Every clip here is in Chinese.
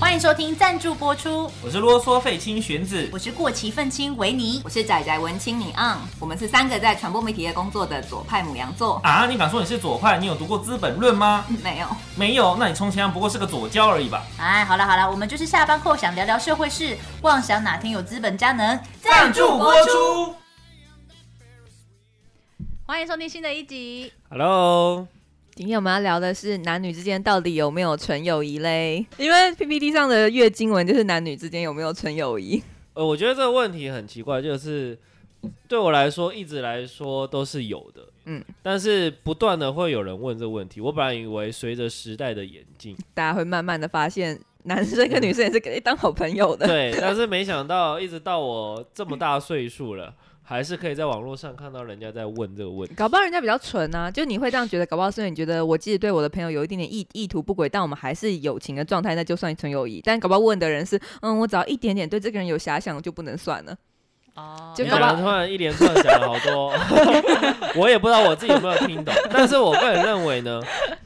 欢迎收听赞助播出，我是啰嗦费青玄子，我是过期愤青维尼。我是仔仔文青，你昂，我们是三个在传播媒体业工作的左派母羊座。啊，你敢说你是左派？你有读过《资本论》吗？嗯没有，没有，那你充其量不过是个左交而已吧？哎，好了好了，我们就是下班后想聊聊社会事，妄想哪天有资本家能赞助播。出。欢迎收听新的一集。 Hello，今天我们要聊的是男女之间到底有没有纯友谊嘞？因为 PPT 上的月经文就是男女之间有没有纯友谊。呃，我觉得这个问题很奇怪，就是对我来说，一直来说都是有的，嗯嗯，但是不断的会有人问这个问题。我本来以为随着时代的演进，大家会慢慢的发现，男生跟女生也是可以当好朋友的。对，但是没想到一直到我这么大岁数了，还是可以在网络上看到人家在问这个问题。搞不好人家比较纯啊，就你会这样觉得，搞不好是因为你觉得我即使对我的朋友有一点点意意图不轨，但我们还是友情的状态，那就算纯友谊。但搞不好问的人是，嗯，我只要一点点对这个人有遐想就不能算了。哦就你搞可不好能突然一连串讲了好多，我也不知道我自己有没有听懂。但是我个人认为呢，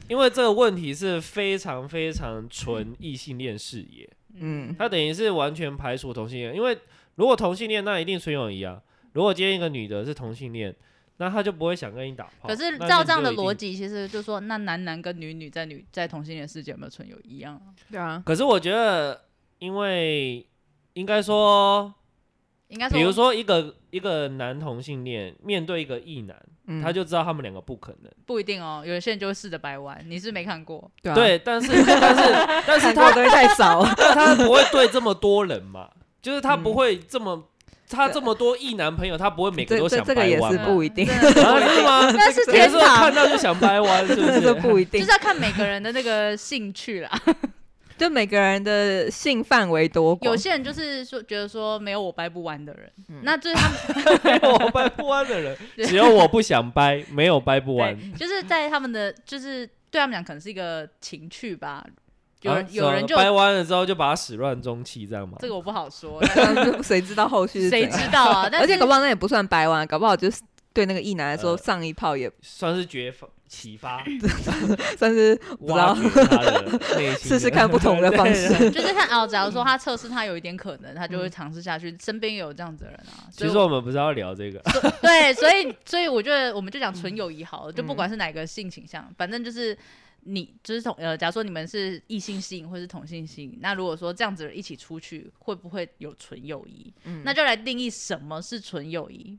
因为这个问题是非常非常纯异性恋视野，嗯，他等于是完全排除同性恋，因为如果同性恋，那一定纯友谊啊。如果今天一个女的是同性恋，那她就不会想跟你打炮。可是那照你这样就的一定逻，辑，其实就说那男男跟女女在女在同性恋世界有没有纯友一样啊？对啊，可是我觉得，因为应该说，应该说，比如说一个一个男同性恋面对一个异男，嗯，他就知道他们两个不可能。不一定哦，有些人就会试着掰弯，你是没看过，对啊，对，但是但 是但是看过他的东西太少。 但他不会对这么多人嘛，就是他嗯不会这么。他这么多异男朋友，他不会每个这都这想这个掰也弯是嘛不一定，真的啊，是 吗？那是可天是我看堂，到就想掰弯，是不这 是？这不一就定是，要看每个人的那个兴趣 啦。就每个人的性范围多广 有。些人就是说觉得说没有我掰不弯的人，嗯那就是他们没有 我掰不弯的人，对只有我不想 掰，没有掰不弯。对，就是在他们的就是对他们讲可能是一个情趣吧，有人、啊有人就掰弯了之后就把它始乱终弃，这样吗？这个我不好说，那谁知道后续是怎谁样？知道啊？但而且是搞不好那也不算掰弯，搞不好就是对那个异男来说，呃上一炮也算是绝发启发，算是 不知挖道掘他的内心， 试试看不同的方式。 对。对对啊就是看哦，假如说他测试他有一点可能，他就嗯会尝试下去。身边也有这样子的人啊，所其以实我们不是要聊这个， 对，所以所以我觉得我们就讲纯友谊好了，就不嗯管是哪个性倾向，反正就是你就是同呃，假如说你们是异性吸引或是同性吸引，那如果说这样子一起出去，会不会有纯友谊？嗯那就来定义什么是纯友谊。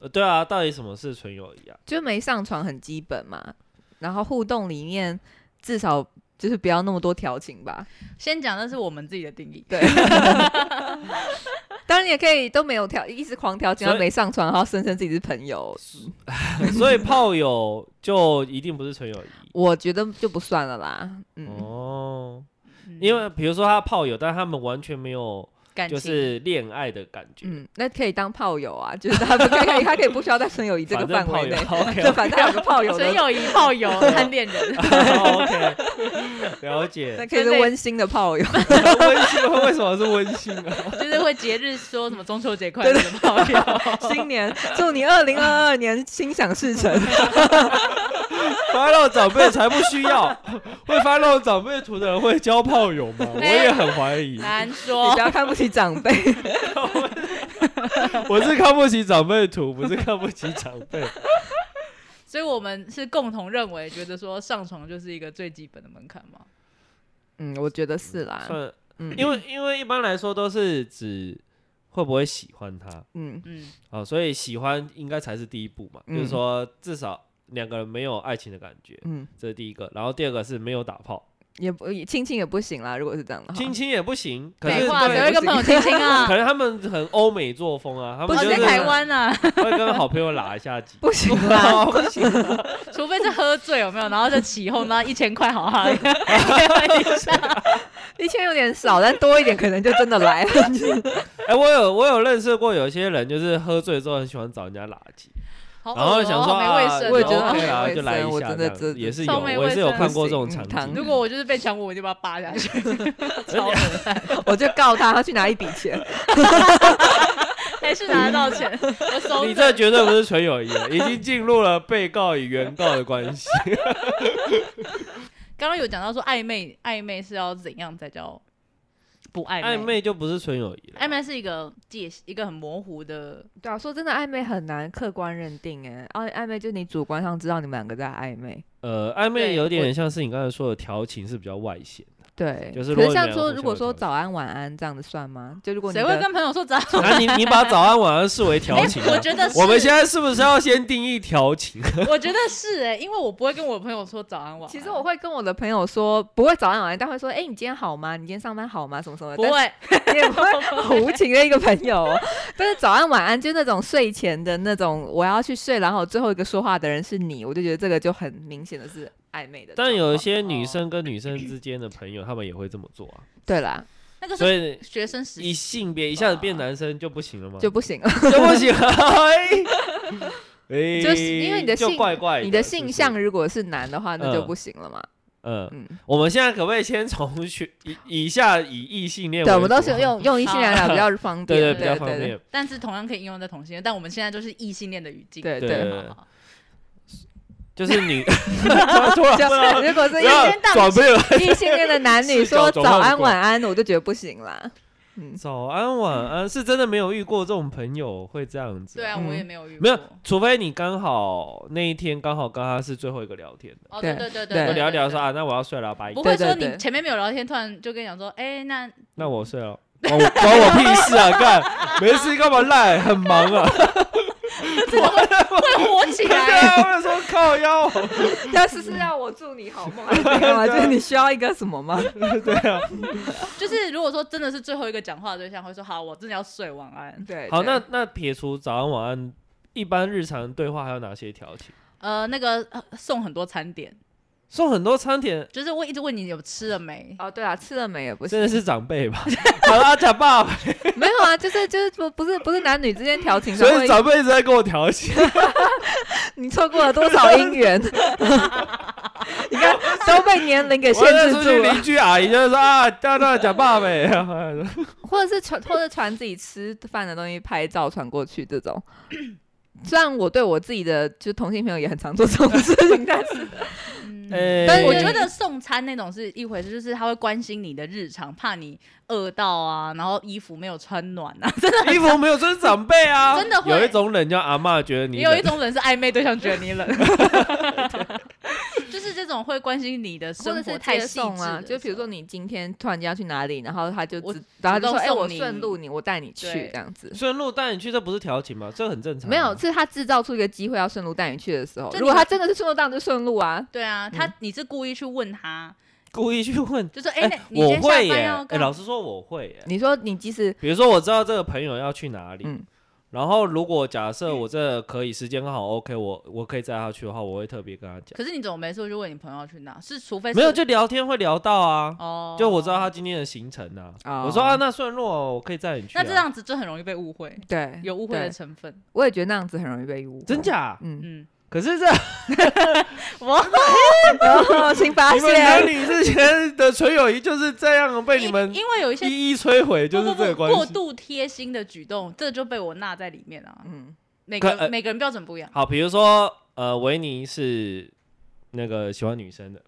呃对啊，到底什么是纯友谊啊？就没上床很基本嘛，然后互动里面至少就是不要那么多调情吧。先讲，那是我们自己的定义。 对，当然也可以都没有调，一直狂调情，然所后以没上床，然后声称自己是朋友， 所以炮友就一定不是纯友谊我觉得就不算了啦。嗯，哦，嗯因为比如说他炮友，但他们完全没有感情就是恋爱的感觉，嗯，那可以当炮友啊，就是他可以可以他可以不需要在纯友谊这个反正范炮围友内， OK，就反正有个炮友纯的，友谊炮友啊谈恋人， OK，了那解。可以是温馨的炮友，温馨为什么是温馨啊？就是会节日说什么中秋节快乐的炮友。 新年祝你二零二二年心想事 成。 发漏长辈才不需要， 会发漏长辈图的人会交炮友 吗？我也很怀疑，难你说不，要看不起长 辈， 我是看不起长辈图，不是看不起长辈。所以我们是共同认为，觉得说上床就是一个最基本的门槛嘛。嗯，我觉得是啦，算， 嗯，因为因为一般来说都是指会不会喜欢他嗯嗯，啊，所以喜欢应该才是第一步嘛，就是嗯说至少两个人没有爱情的感觉，嗯，这是第一个。然后第二个是没有打炮。也不也亲亲也不行啦，如果是这样的话，亲亲也不行，可废是话，对只会跟朋友亲亲啊 可。能他们很欧美作风啊，他不。们哦，就在是台湾啊，会跟好朋友拉一下鸡不行啦，哦不行，除非是喝醉有没有，然后就起哄，然后一千块 好哈，一千有点少，但多一点可能就真的来了。 哎，我有我有认识过有些人，就是喝醉之后很喜欢找人家拉鸡，好然后恶哦想说好没啊，卫生哦。我也觉得，OK 好啦，没就来卫生一我下真这的样这子，也是超有，我没也是有卫生看过这种嗯场糖景。 如果我就是被抢，我一定把他扒下 去，超恶我就告他，他去拿一笔钱。还是拿得到钱，我手你这绝对不是纯友谊了，已经进入了被告与原告的关系。刚刚有讲到说暧昧，暧昧是要怎样才叫不暧暧昧。昧就不是纯友谊了。暧昧是一个界，一个很模糊的，对啊，说真的，暧昧很难客观认定哎，暧暧昧就是你主观上知道你们两个在暧昧。呃，暧昧对有我点像是你刚才说的调情是比较外显的，对，就是可如果是你像们说，互如果相有说调早安晚安这样子算吗？就如果你谁会的跟朋友说早？ 哎那啊你你把早安晚安视为调情吗？我觉得是我们现在是不是要先定义调情？ 我觉得是哎、因为我不会跟我朋友说早安晚安。其实我会跟我的朋友说，不会早安晚安，但会说，哎、你今天好吗？你今天上班好吗？什么什么的，不会，但 是你也不会 无情的一个朋友哦、但是早安晚安就那种睡前的那种，我要去睡，然后最后一个说话的人是你，我就觉得这个就很明显的是暧昧的状况。但有一些哦女生跟女生之间的朋友，他们也会这么做啊。对啦 那个所是以学生时一期，性别一下子变男生就不行了吗？ 就不行了，就不行 了。哎哎就是因为你的性就怪怪你的是不性是向如果是男的话，那就嗯不行了嘛。嗯，嗯，我们现在可不可以先从学以以下以异性恋为对，我们都主是用用异性恋来比较方便，对对比较方对便。但是同样可以应用在同性恋，但我们现在就是异性恋的语境。对对啊对，好好好就是女 突然 不知道就如果是不异要性转变了。异性恋的男女视角说转早换安过晚安，我就觉得不行啦。嗯，早安晚安，是真的没有遇过这种朋友会这样子。对啊，嗯我也没有遇过。没有，除非你刚好那一天刚好跟他是最后一个聊天的，哦，对对对对对就对，聊一聊对说啊，那我要睡了，拜不，对会对说对你前面没有聊天，突然就跟你讲说，哎，那那我睡了，关我关我屁事啊，干没事干嘛赖，很忙啊。会火起对来。啊，我说靠腰，但是 是要我祝你好 梦，还是怎样吗？啊就是你需要一个什么吗？对啊。就是如果说真的是最后一个讲话的对象，会说好，我真的要睡，晚安。 对，好，对那那撇除早安晚安，一般日常对话还有哪些调情？呃，那个呃送很多餐点，送很多餐点，就是我一直问你有吃了没，哦，对啊，吃了没也不真的是，是长辈吧？ 好啦，假爸爸， 没有啊，就是就是不不是不是男女之间调情才所会以，长辈一直在跟我调情。你错过了多少姻 缘？你看都被年龄 给限我那制时候住啊去了，邻居阿姨就是说啊，大大假爸呗， 哎啊或者是传或者传自己吃饭的东西拍照传过去这种。 虽然我对我自己的就同性朋友也很常做这种事情，但是嗯哎但是我对觉得送餐那种是一回事，就是他会关心你的日常，怕你饿到啊，然后衣服没有穿暖啊。衣服没有，这是长辈啊。 真的会有一种冷叫阿嬷觉得你也有冷一种人是暧昧对象觉得你冷， 就是这种会关心你的或生者活是太接细送致啊，的就比如说时你今天突然间要去哪里，然后他就我知，然后他就主说：“动哎、我送你顺路你，我带你去对嗯这样子。顺路带你去，这不是调情吗？这很正”常啊。没有，是他制造出一个机会要顺路带你去的时候。就如果你他真的是顺路，当然就顺路啊。候对嗯啊，他你是故意去问他，故意去问。就说哎，哎那，你我今天会下耶班要。哎，干嘛老实说，我会耶。你说你即使比如说，我知道这个朋友要去哪里，嗯然后如果假设我这可以时间刚好 OK，我我可以载他去的话，我会特别跟他讲。可是你怎么没事就问你朋友去哪？是除非是没有就聊天会聊到啊，哦，就我知道他今天的行程啊。哦我说啊，那顺路哦我可以载你去、啊。那这样子就很容易被误会，对有误会的对成分。我也觉得那样子很容易被误会。真？假？嗯， 嗯，可是这我哦，新发你们男现。女之间的纯友谊就是这样被你们因因为有一些一一摧毁，就是不不这个不关过系。度贴心的举动，这就被我纳在里面啊。嗯，每个、可呃每个人标准不一样，好，比如说呃，维尼是那个喜欢女生的，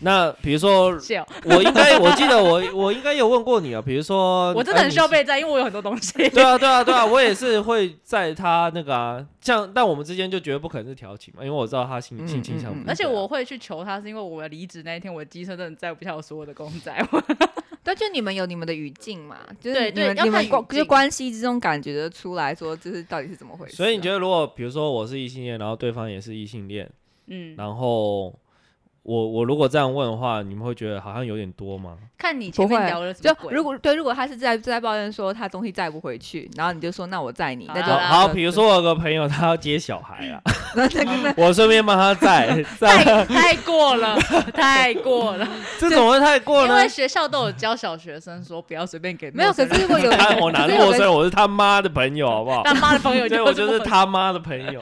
那比如说是哦，我应该，我记得 我我应该有问过你啊，比如说，我真的哎很需要。备战，因为我有很多 东西你。对啊，对啊，对啊，我也是会在他那个啊，像但我们之间就绝对不可能是调情嘛，因为我知道他性嗯性倾向嗯不一嗯样。而且我会去求他，是因为我离职那一天，我的机车真的载不下我所有的公 仔。但就你们有你们的语境嘛，就是对你对们要你们看语关就境关系之中感觉得出来说，就是到底是怎么回事啊？所以你觉得，如果比如说我是异性恋，然后对方也是异性恋，嗯，然后我我如果这样问的话，你们会觉得好像有点多吗？看你前不会面聊了什么就鬼。如果对，如果他是在在抱怨说他东西载不回去，然后你就说那我载你，那就好好，啦好，比如说我有个朋友他要接小孩啊， 那那个那我顺便帮他载 载，太太过 了，太过了，这怎么会太过因呢为？学校都有教小学生说不要随便给没有，可陌生 是如人果有 他我拿可是有陌个生人，我是他妈的朋友， 好不好？但妈的朋 友对，我就就是陌生他妈的朋 友。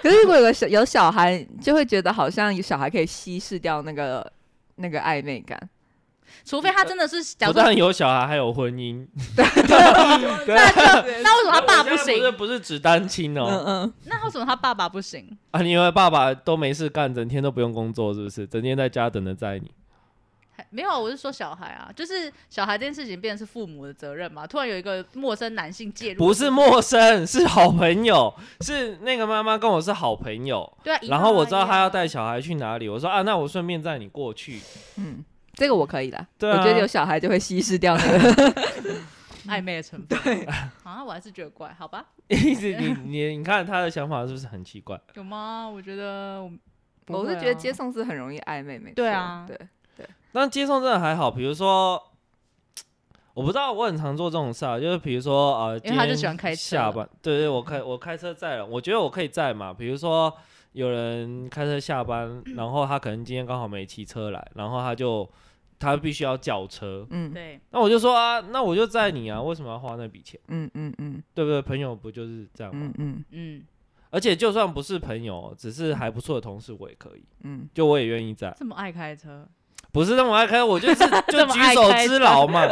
可是如果有个小有小孩，就会觉得好像有小孩可以稀释掉那个那个暧昧感。除非他真的是假不如说，但有小孩，还有婚 姻。那就那为什么他爸不不是行？不是只单亲嗯哦、嗯，那为什么他爸爸不行？啊！你以为爸爸都没事干，整天都不用工作，是不是？整天在家等着载你。还没有啊，我是说小孩啊，就是小孩这件事情变成是父母的责任嘛。突然有一个陌生男性介入，不是陌生，是好朋友，是那个妈妈跟我是好朋友，对啊，一然后样啊我知道一样她要带小孩去哪里，我说啊，那我顺便载你过去。 嗯，这个我可以啦。对啊我觉得有小孩就会稀释掉那 个。暧昧的成分，对啊，我还是觉得怪，好吧？一直你你你看她的想法是不是很奇怪？有吗？我觉得我不我会是啊觉得接送是很容易暧昧，没错对啊对，但接送真的还好，比如说， 我不知道，我很常做这种事啊，就是比如说呃，因为他就今天喜欢开车下班，对对，我开我开车载人，我觉得我可以载嘛。比如说有人开车下班，然后他可能今天刚好没骑车来，然后他就他必须要叫车，嗯对，那我就说啊，那我就载你啊，为什么要花那笔钱？嗯嗯嗯对不对？朋友不就是这样吗？嗯嗯嗯，而且就算不是朋友，只是还不错的同事，我也可以，嗯，就我也愿意载。这么爱开车，不是那么爱开，我 就是就这么举爱手开之劳嘛。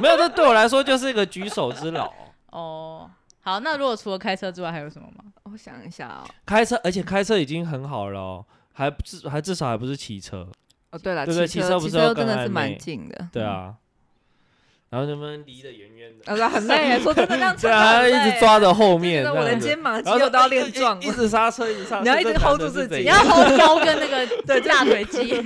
没有，这对我来说就是一个举手之劳。哦，好，那如果除了开车之外还有什么吗？我想一下哦。开车，而且开车已经很好了、哦，还不至还至少还不是骑车。哦，对了，对骑对骑车车不骑是有车真更的是暧蛮昧近的，对啊， 然后他们离得远远的，嗯，啊，很累耶，说真的，这样对真的啊，很一累直抓着后面真的这我的样子，肩膀肌然后肉就都要练壮一一一直刹车，一直刹车，你要一直这男 hold 的住是自己怎 你要样 hold 腰跟那个 对大腿肌，哎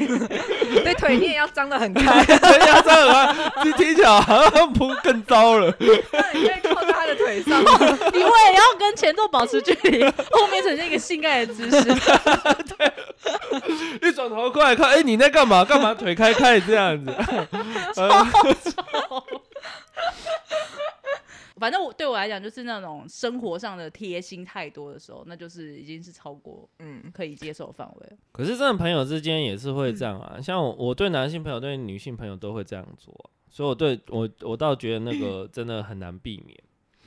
对，腿你也要张得很 开，对呀，这样啊，这听起来好像不更糟了。那你可以靠在他的腿 上。 你为了要跟前座保持距 离，后面呈现一个性爱的姿势，一转头过来看，哎，你在干嘛？干嘛腿开开这样 子？哎反正我对我来讲就是那种生活上的贴心太多的时候，那就是已经是超过嗯，可以接受的范围了。可是真的朋友之间也是会这样啊，像我我对男性朋友、对女性朋友都会这样做啊、所以我对我我倒觉得那个真的很难避免。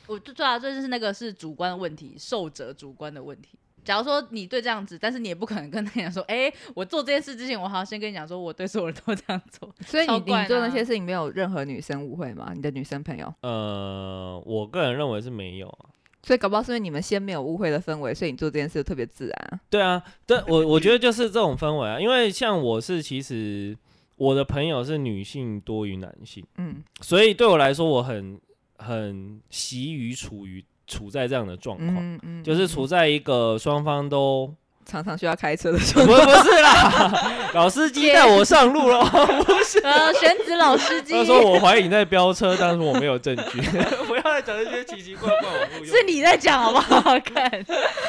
我就对啊，这就是那个是主观的问题，受者主观的问题。假如说你对这样子，但是你也不可能跟那个人说，哎、我做这件事之前，我好像先跟你讲说，我对所有人都这样做。所以你超怪你做那呢些事情没有任何女生误会吗？你的女生朋友，呃，我个人认为是没有啊。所以搞不好是因为你们先没有误会的氛围，所以你做这件事特别自然啊。对啊，对我我觉得就是这种氛围啊，因为像我是其实我的朋友是女性多于男性，嗯所以对我来说我很很习于处于处在这样的状况，嗯嗯就是处在一个双方都 常常需要开车的时不 候，不是啦， 老司机带我上路了。呃，选子老司机他说我怀疑你在飙车，但是我没有证据。 不要再讲一些奇奇怪怪，我不用是。你在讲好不好看？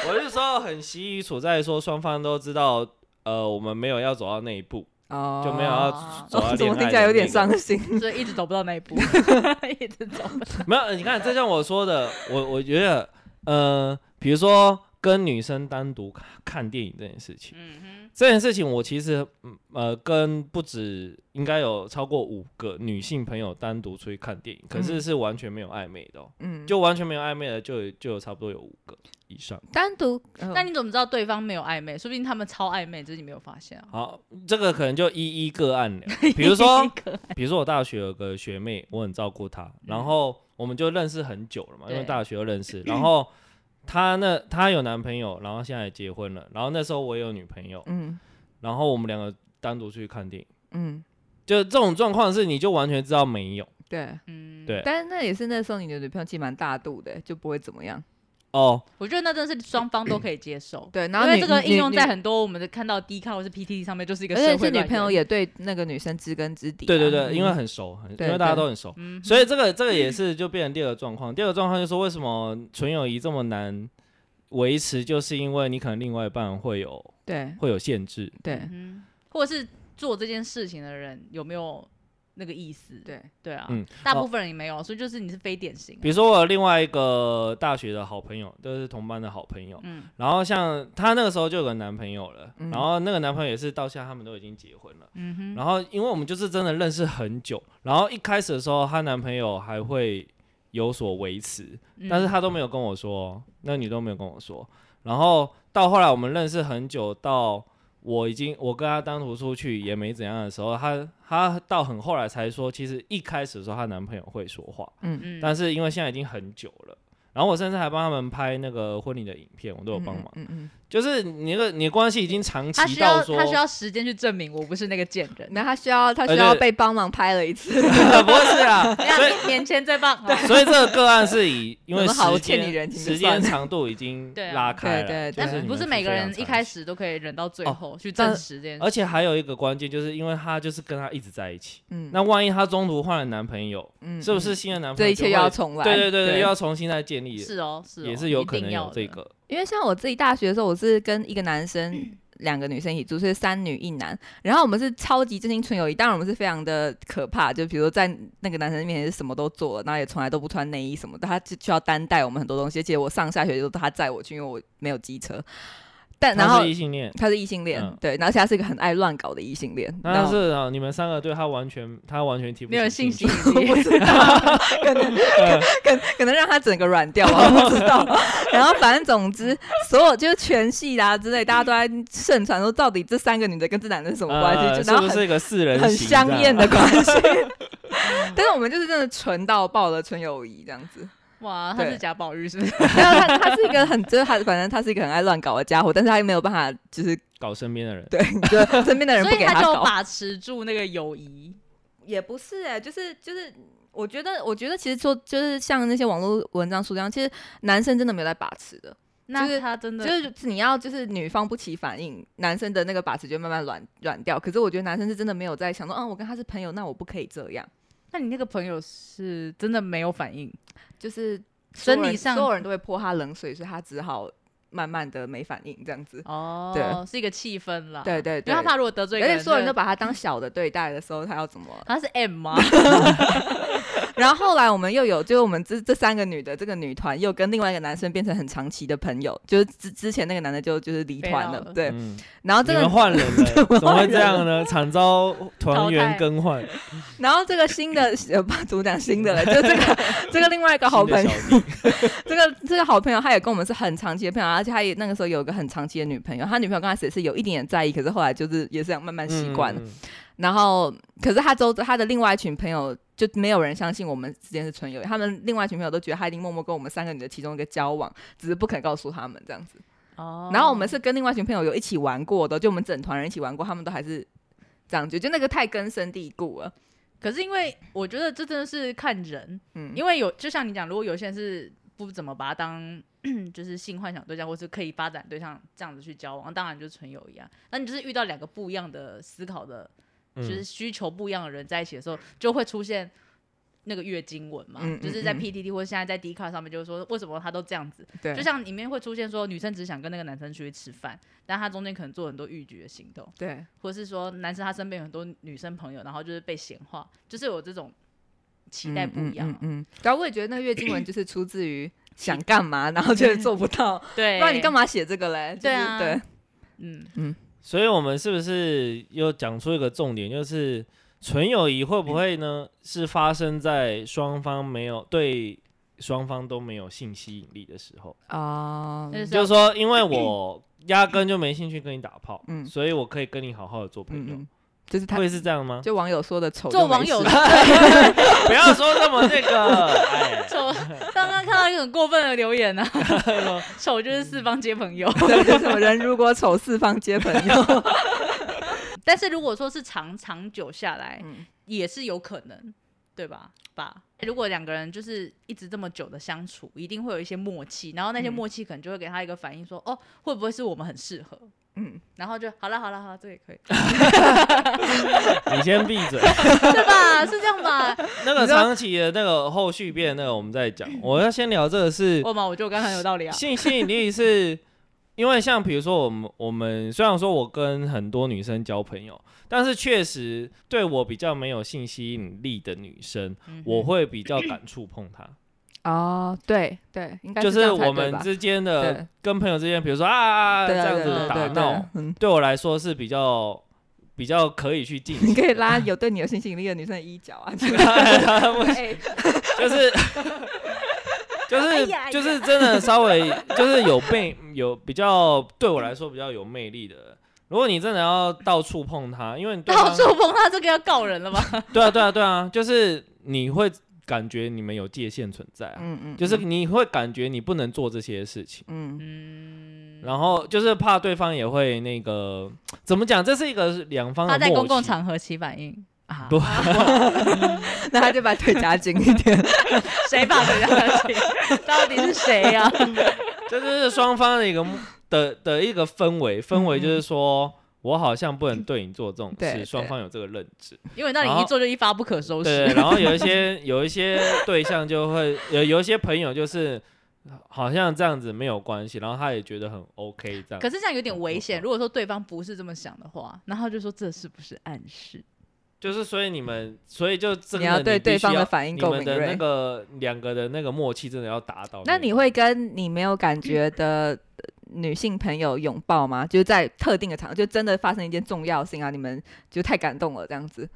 我是说很习于处在说双方都知道，呃，我们没有要走到那一步， 哦就没有要哦 走到怎恋么爱。听起来有点。伤心？所以一直走不到 那一步，一直走不到。没有，你看，就像我说的，我我觉得，呃，比如说跟女生单独看看电影这件事情，嗯这件事情我其实，嗯呃，跟不止应该有超过五个女性朋友单独出去看电影，可是是完全没有暧昧的、哦。嗯，就完全没有暧昧的，就有就有差不多有五个以上。单独，哼，那那你怎么知道对方没有暧昧？说不定他们超暧昧，只是你没有发现啊。好，这个可能就一一个案了。比如说，比如说我大学有个学妹，我很照顾她，然后我们就认识很久了嘛，因为对大学就认识。然后她那她有男朋友，然后现在也结婚了。然后那时候我也有女朋友，嗯然后我们两个单独出去看电影。嗯，就这种状况是，你就完全知道没有对。嗯，对但是那也是那时候你的女朋友其实蛮大度的，就不会怎么样。哦。我觉得那真的是双方都可以接受。对，然因后为你这个你应用你在很多我们的看到 D 卡或是 PTT 上面，就是一个而社会且是女乱朋友源，也对那个女生知根知底啊、对对对，嗯因为很熟，很因对为大家对都很熟，嗯，所以这个这个也是就变成第二个状况。第二个状况就是说，为什么纯友谊这么难维持，就是因为你可能另外一半会有对会有限制。对嗯，或者是做这件事情的人有没有那个意思？对，对啊，嗯大部分人也没有，所以就是你是非典型啊。比如说我有另外一个大学的好朋友，就是同班的好朋友，嗯然后像她那个时候就有个男朋友了，嗯然后那个男朋友也是到现在他们都已经结婚了。嗯哼，然后因为我们就是真的认识很久，然后一开始的时候她男朋友还会有所维持，嗯但是他都没有跟我说，那女都没有跟我说。然后到后来我们认识很久，到我已经我跟他单独出去也没怎样的时候，他他到很后来才说，其实一开始的时候她男朋友会说话，嗯嗯但是因为现在已经很久了，然后我甚至还帮他们拍那个婚礼的影片，我都有帮忙。嗯嗯嗯，就是你那个你的关系已经长他期需到要说，他需要时间去证明我不是那个贱 人。嗯那他需要他而需且要被帮忙拍了一次， 不是啊，所以 免签最棒，哦所以这个个案是以因为怎么好时我欠你间人情就时算间了长度已经对啊拉开了，对对对就是但你不们是每个人一非常长开期。始都可以忍到最哦后去但证实这件事。而且还有一个关键，就是因为她就是跟她一直在一起，嗯，那万一她中途换了男朋友，嗯是不是？新的男朋这友一就切又要会重来，对对对对，又要重新再建立，是哦，是哦也是有一可定能要有的这个。因为像我自己大学的时候，我是跟一个男生、两个女生一起住，所以三女一男。然后我们是超级真心纯友谊，当然我们是非常的可怕，就比如说在那个男生面前是什么都做了，然后也从来都不穿内衣什么的，他就需要担待我们很多东西。而且我上下学都他载我去，因为我没有机车。但然他后是异性恋，他是异性恋，嗯对，然后而且他是一个很爱乱搞的异性恋，然但后是 啊，你们三个对他完全他完全提不没有起信兴心趣，我不知道，可能可可能 让他整个软掉，啊我不知 道。然后反正总之，所有就是全系啊之类，大家都在盛传说到底这三个女的跟这男的是什么关系，呃就是然后不很是一个四人很行这样香艳的 关系。 但是我们就是真的纯到爆的纯友谊这样子，哇，他对是贾宝玉是不是？没有他他是一个很就是他反正他是一个很爱乱搞的家伙，但是他又没有办法就是搞身边的人？对，就身边的人所不以给就搞，把持住那个友谊，也不是哎、就是就是我觉得我觉得其实做就是像那些网络文章书这样，其实男生真的没有在把持的。那他真的就是你要就是女方不起反应，男生的那个把持就慢慢软软掉。可是我觉得男生是真的没有在想说，啊，我跟他是朋友，那我不可以这样。那你那个朋友是真的没有反应，就是所有生人理上所有人都会泼他冷水，所以他只好慢慢的没反应这样子。哦，对，是一个气氛啦。对对对因为他怕如果得罪而一个人，且所有人就都把他当小的对待的时候，他要怎么？他是 M 吗？然后后来我们又有，就是我们这这三个女的这个女团又跟另外一个男生变成很长期的朋友，就是之之前那个男的就就是离飞团了，到了 对。啊嗯，然后你这个们换人 了，怎么会这样呢？惨遭团淘员汰更 换，然后这个新的呃，不怎 么讲新的了，就这个这个另外一个好新朋的友小，弟，这个这个好朋友，他也跟我们是很长期的朋友，而且他也那个时候有一个很长期的女朋友，他女朋友刚开始也是有一点点在意，可是后来就是也是这样慢慢 习惯了。嗯。嗯嗯然后，可是他周他的另外一群朋友就没有人相信我们之间是纯友谊，他们另外一群朋友都觉得他一定默默跟我们三个女的其中一个交往，只是不肯告诉他们这样子。哦然后我们是跟另外一群朋友有一起玩过的，就我们整团人一起玩过，他们都还是这样觉得，就那个太根深蒂固了。可是因为我觉得这真的是看人，嗯，因为有就像你讲，如果有些人是不怎么把它当 就是性幻想对象，或是可以发展对象这样子去交往，当然就是纯友谊啊。那你就是遇到两个不一样的思考的，嗯就是需求不一样的人在一起的时候，就会出现。那个月经文嘛，嗯就是在嗯嗯 PTT 或者现在在 d 卡上面，就是说为什么他都这样子，对，就像里面会出现说女生只想跟那个男生出去吃饭，但他中间可能做很多逾矩的行动，对，或是说男生他身边有很多女生朋友，然后就是被闲话，就是有这种期待不一样嗯啊。嗯嗯嗯然后我也觉得那个月经文就是出自于想干嘛，然后就是做不到， 对，不然你干？嘛写这个嘞？就是对啊对，嗯，所以我们是不是又讲出一个重点，就是纯友谊会不会嗯呢？是发生在双方没有对双方都没有性吸引力的时候，啊那就是是说，因为我压根就没兴趣跟你打炮，嗯所以我可以跟你好好的做朋友，嗯嗯，就是他会是这样吗？就网友说的丑，做网友不要说这么那 个，哎，丑，刚刚看到一个很过分的留言呢、啊，丑就是四方皆朋友。 对，就是什么人如果丑，四方皆朋友。 但是如果说是长长久下来，嗯也是有可能，对吧？吧，如果两个人就是一直这么久的相处，一定会有一些默契，然后那些嗯默契可能就会给他一个反应说，哦，会不会是我们很适合？嗯，然后就好了，好了，好了，这个也可以，你先闭嘴。对吧？是这样吧？那个你知道长期的那个后续变那个，我们再 讲。我要先聊这个是哦我嘛，我觉得我刚才有道理啊。性吸引力是因为像比如说我们我们虽然说我跟很多女生交朋友，但是确实对我比较没有性吸引力的女生，嗯我 会比较敢触碰 她。哦，对对，应该就这是样才我对们吧之间的对跟朋友之间，比如说啊啊啊这对啊样对子的对打对闹对，，嗯， 对我来说是比较比较可以去进你行可的。以拉有对你有性吸引力的女生的衣角啊，就是 对哎就是 就是就是真的稍微就是有魅有比较对我来说比较有魅力的人。如果你真的要到处碰他，因为你对到方处碰他这个要告人了吧？对啊对啊对啊，就是你会感觉你们有界限存在啊，嗯嗯，就是你会感觉你不能做这些事情。嗯嗯，然后就是怕对方也会那个怎么讲，这是一个两方的他在默公共契场合起反应 啊，对嗯，那他就把腿夹紧一点。谁把谁家去？ 到底是谁啊呀？这就是双方的一个目的的一个氛围，氛围就是说。我好像不能对你做这种对对事，双方有这个认知。因为那然你后一做就一发不可收对，拾。然后有一些 有一些对象就会有有一些朋友就是好像这样子没有关系，然后他也觉得很 OK 这样可。是这样有点危我险。如果说对方不是这么想的话，然后就说这是不是暗示？就是所以你们，所以就 真的你要对必须对方的要反应你够们敏的锐那个两个的那个默契真的要达到。那你会跟你没有感觉的女性朋友拥抱吗？就是在特定的场合，就真的发生一件重要性啊，你们就太感动了这样子。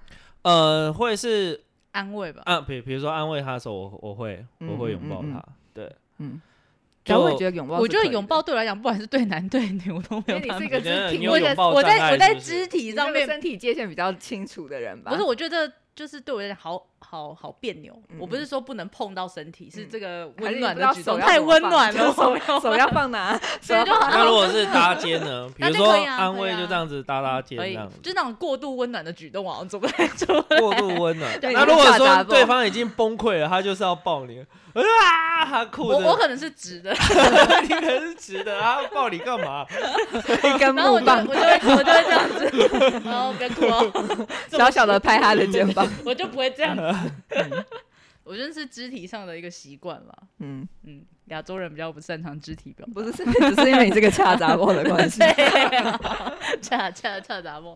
呃，会是安慰吧。啊，比比如说安慰他的时候，我我会我会拥抱嗯嗯嗯他，嗯对，嗯，就然后我也觉得拥抱，我觉得拥抱，对我来讲，不管是对男对女，我都没因有为你办是一法。个 你觉得肢你体有我拥在抱我障碍在我在是不是肢体你上上面，面身体界限比较清楚的人吧？不是，我觉得就是对我来讲好好好别扭。嗯我不是说不能碰到身体，是这个还是温你暖不的知道举手动要太怎么温放暖就了，是手我没有手要放哪？ 手所以要就放 哪那如果是搭肩呢？比那如就说可以啊安可以慰就啊这样子搭搭肩可这以啊样，子，就是那种过度温暖的举动啊，我做不太出。过度温暖。 对那如你就果大说打啵对方已经崩溃了，他就是要抱你，啊，他哭我我着，可能是直 的， 你可是直的，他抱你干嘛？ 一根然后木我就棒我就会我就会这样 子，然后别哭 哦，小小的拍他的肩膀。我就不会这样子。 我觉得是肢体上的一个习惯了，嗯， 嗯，亚洲人比较不擅长肢 体表达，不是，是只是因为你这个恰杂货的关系。对 啊，恰恰恰杂梦，